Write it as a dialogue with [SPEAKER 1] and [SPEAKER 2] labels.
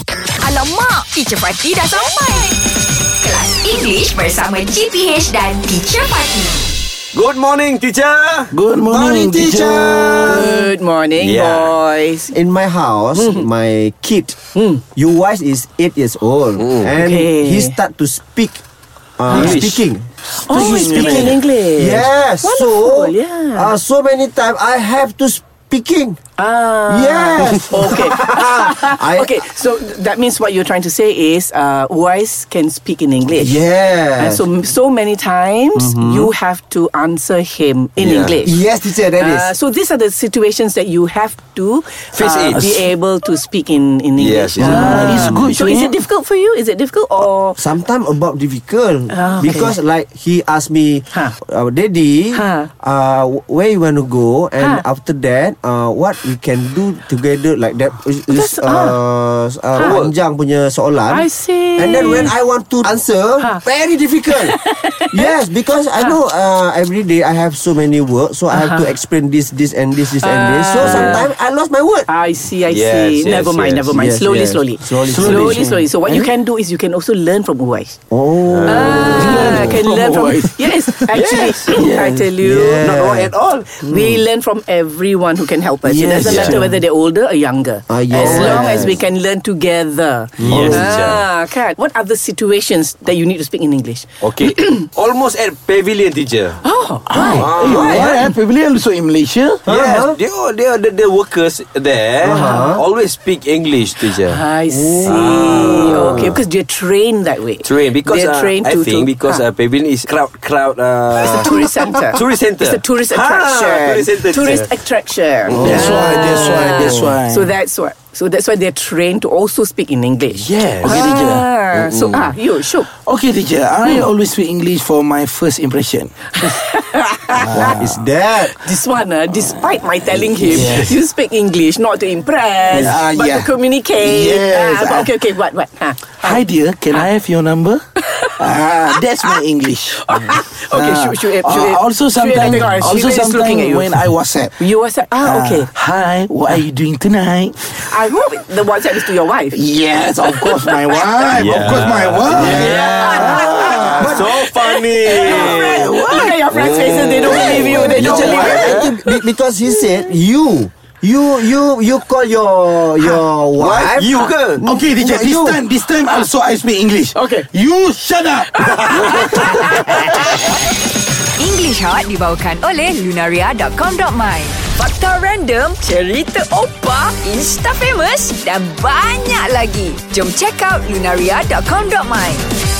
[SPEAKER 1] kacau mak. Teacher Fatih dah sampai. Kelas English bersama GPH dan Teacher Fatih.
[SPEAKER 2] Good morning, teacher.
[SPEAKER 3] Good morning, teacher.
[SPEAKER 4] Good morning,
[SPEAKER 2] Yeah.
[SPEAKER 4] boys.
[SPEAKER 3] In my house,
[SPEAKER 4] Hmm.
[SPEAKER 3] my kid, you Uwais is eight years old, and
[SPEAKER 4] Okay.
[SPEAKER 3] he start to speak, uh,
[SPEAKER 2] English.
[SPEAKER 3] speaking.
[SPEAKER 4] Oh, he's
[SPEAKER 3] He's
[SPEAKER 4] speaking in English.
[SPEAKER 3] Yes.
[SPEAKER 4] Wonderful,
[SPEAKER 3] so,
[SPEAKER 4] yeah.
[SPEAKER 3] uh, so many times I have to speaking. Ah,
[SPEAKER 4] Ah.
[SPEAKER 3] Yes.
[SPEAKER 4] Okay. Ah.
[SPEAKER 3] I,
[SPEAKER 4] okay. So that means what you're trying to say is, uh, wise can speak in English.
[SPEAKER 3] Yeah.
[SPEAKER 4] And so so many times you have to answer him in
[SPEAKER 2] Yeah.
[SPEAKER 4] English.
[SPEAKER 3] yes, teacher, that is.
[SPEAKER 4] Uh, so these are the situations that you have to uh,
[SPEAKER 2] Face it.
[SPEAKER 4] be able to speak in, in
[SPEAKER 2] Yes,
[SPEAKER 4] English.
[SPEAKER 2] it's
[SPEAKER 4] Ah.
[SPEAKER 3] It's good
[SPEAKER 4] So
[SPEAKER 3] to
[SPEAKER 4] is it
[SPEAKER 3] have-
[SPEAKER 4] difficult for you? Is it difficult or
[SPEAKER 3] Sometimes about difficult
[SPEAKER 4] Ah, okay. Ha.
[SPEAKER 3] because like he asked me,
[SPEAKER 4] Huh.
[SPEAKER 3] uh, Daddy,
[SPEAKER 4] Huh.
[SPEAKER 3] uh, where you want to go, and
[SPEAKER 4] Huh.
[SPEAKER 3] after that, uh, what we can do together like that is, is
[SPEAKER 4] That's-
[SPEAKER 3] uh, s- uh, panjang punya soalan.
[SPEAKER 4] ah. Ha. I see. Ha.
[SPEAKER 3] And then when I want to answer,
[SPEAKER 4] Huh.
[SPEAKER 3] very difficult. yes, because
[SPEAKER 4] Ha.
[SPEAKER 3] I know uh, every day I have so many work, so I have
[SPEAKER 4] Uh-huh.
[SPEAKER 3] to explain this, this, and this, this, and this.
[SPEAKER 4] Ah.
[SPEAKER 3] So sometimes I lost my word.
[SPEAKER 4] I see, I
[SPEAKER 2] Yes,
[SPEAKER 4] see.
[SPEAKER 2] yes,
[SPEAKER 4] never mind,
[SPEAKER 2] yes.
[SPEAKER 4] never mind.
[SPEAKER 3] Yes,
[SPEAKER 4] slowly,
[SPEAKER 3] yes.
[SPEAKER 4] slowly,
[SPEAKER 3] Slowly, slowly.
[SPEAKER 4] slowly, slowly. So what you can do is you can also learn from Uwais.
[SPEAKER 3] Oh,
[SPEAKER 4] Ah, can learn from yes. Actually, I tell you,
[SPEAKER 3] Yeah.
[SPEAKER 4] not all at all. We learn from everyone who can help us. It
[SPEAKER 3] Yes.
[SPEAKER 4] doesn't matter
[SPEAKER 3] Yeah.
[SPEAKER 4] whether they're older or younger. As
[SPEAKER 3] Ah, yes.
[SPEAKER 4] long as we can learn together.
[SPEAKER 2] Yes, teacher.
[SPEAKER 4] Ah, can. What other situations that you need to speak in English?
[SPEAKER 2] Okay. Almost at pavilion, teacher.
[SPEAKER 4] Oh,
[SPEAKER 2] Ah,
[SPEAKER 5] Why? Why? eh? Pavilion also in Malaysia?
[SPEAKER 3] Uh-huh.
[SPEAKER 2] Yes, they all, they all, the, the workers there always speak English, teacher.
[SPEAKER 4] I see. Okay, because they're trained that way.
[SPEAKER 2] Train because
[SPEAKER 4] they're
[SPEAKER 2] uh,
[SPEAKER 4] trained
[SPEAKER 2] I
[SPEAKER 4] to,
[SPEAKER 2] think
[SPEAKER 4] to,
[SPEAKER 2] because uh,
[SPEAKER 4] Ah.
[SPEAKER 2] pavilion is crowd crowd. Uh,
[SPEAKER 4] It's a tourist center.
[SPEAKER 2] Tourist center.
[SPEAKER 4] It's a tourist
[SPEAKER 2] Ah,
[SPEAKER 4] attraction.
[SPEAKER 2] tourist center.
[SPEAKER 4] Tourist attraction.
[SPEAKER 5] Oh. That's why, that's why, that's why.
[SPEAKER 4] So that's why. So that's why they're trained to also speak in English. Okay,
[SPEAKER 5] Yes. Okay,
[SPEAKER 4] teacher.
[SPEAKER 5] teacher.
[SPEAKER 4] Ah, so ah, you sure.
[SPEAKER 5] Okay, teacher. I always speak English for my first impression. Ah.
[SPEAKER 3] what is that?
[SPEAKER 4] This one, ah, despite my telling him,
[SPEAKER 5] Yes.
[SPEAKER 4] you speak English not to impress,
[SPEAKER 5] Yeah, ah,
[SPEAKER 4] but
[SPEAKER 5] yeah.
[SPEAKER 4] to communicate.
[SPEAKER 5] Yes,
[SPEAKER 4] Ah, but
[SPEAKER 5] ah.
[SPEAKER 4] okay, okay, what, what? Ah.
[SPEAKER 5] Hi, dear. Can I have your number? ah, that's my English.
[SPEAKER 4] okay,
[SPEAKER 5] Ah.
[SPEAKER 4] should, should, should,
[SPEAKER 5] Ah, also sometimes, also sometimes when I WhatsApp.
[SPEAKER 4] you was ah,
[SPEAKER 5] Ah,
[SPEAKER 4] okay.
[SPEAKER 5] Hi, what are you doing tonight?
[SPEAKER 4] I hope the WhatsApp is to your wife.
[SPEAKER 5] Yes, of course, my wife. Of
[SPEAKER 2] Yeah.
[SPEAKER 5] course, my wife.
[SPEAKER 2] so funny.
[SPEAKER 4] Look at your friends' faces; they don't believe you. They
[SPEAKER 3] No,
[SPEAKER 4] don't believe you.
[SPEAKER 3] I, I think be- because he said you, you, you, you call your your
[SPEAKER 2] Why
[SPEAKER 3] wife.
[SPEAKER 2] you ke?
[SPEAKER 5] Okay,
[SPEAKER 3] No,
[SPEAKER 5] teacher. This
[SPEAKER 3] you.
[SPEAKER 5] time, this time also I speak English.
[SPEAKER 4] Okay.
[SPEAKER 5] You shut up.
[SPEAKER 1] English Hot dibawakan oleh Lunaria.com.my Fakta random, cerita opa, insta famous dan banyak lagi. Jom check out Lunaria.com.my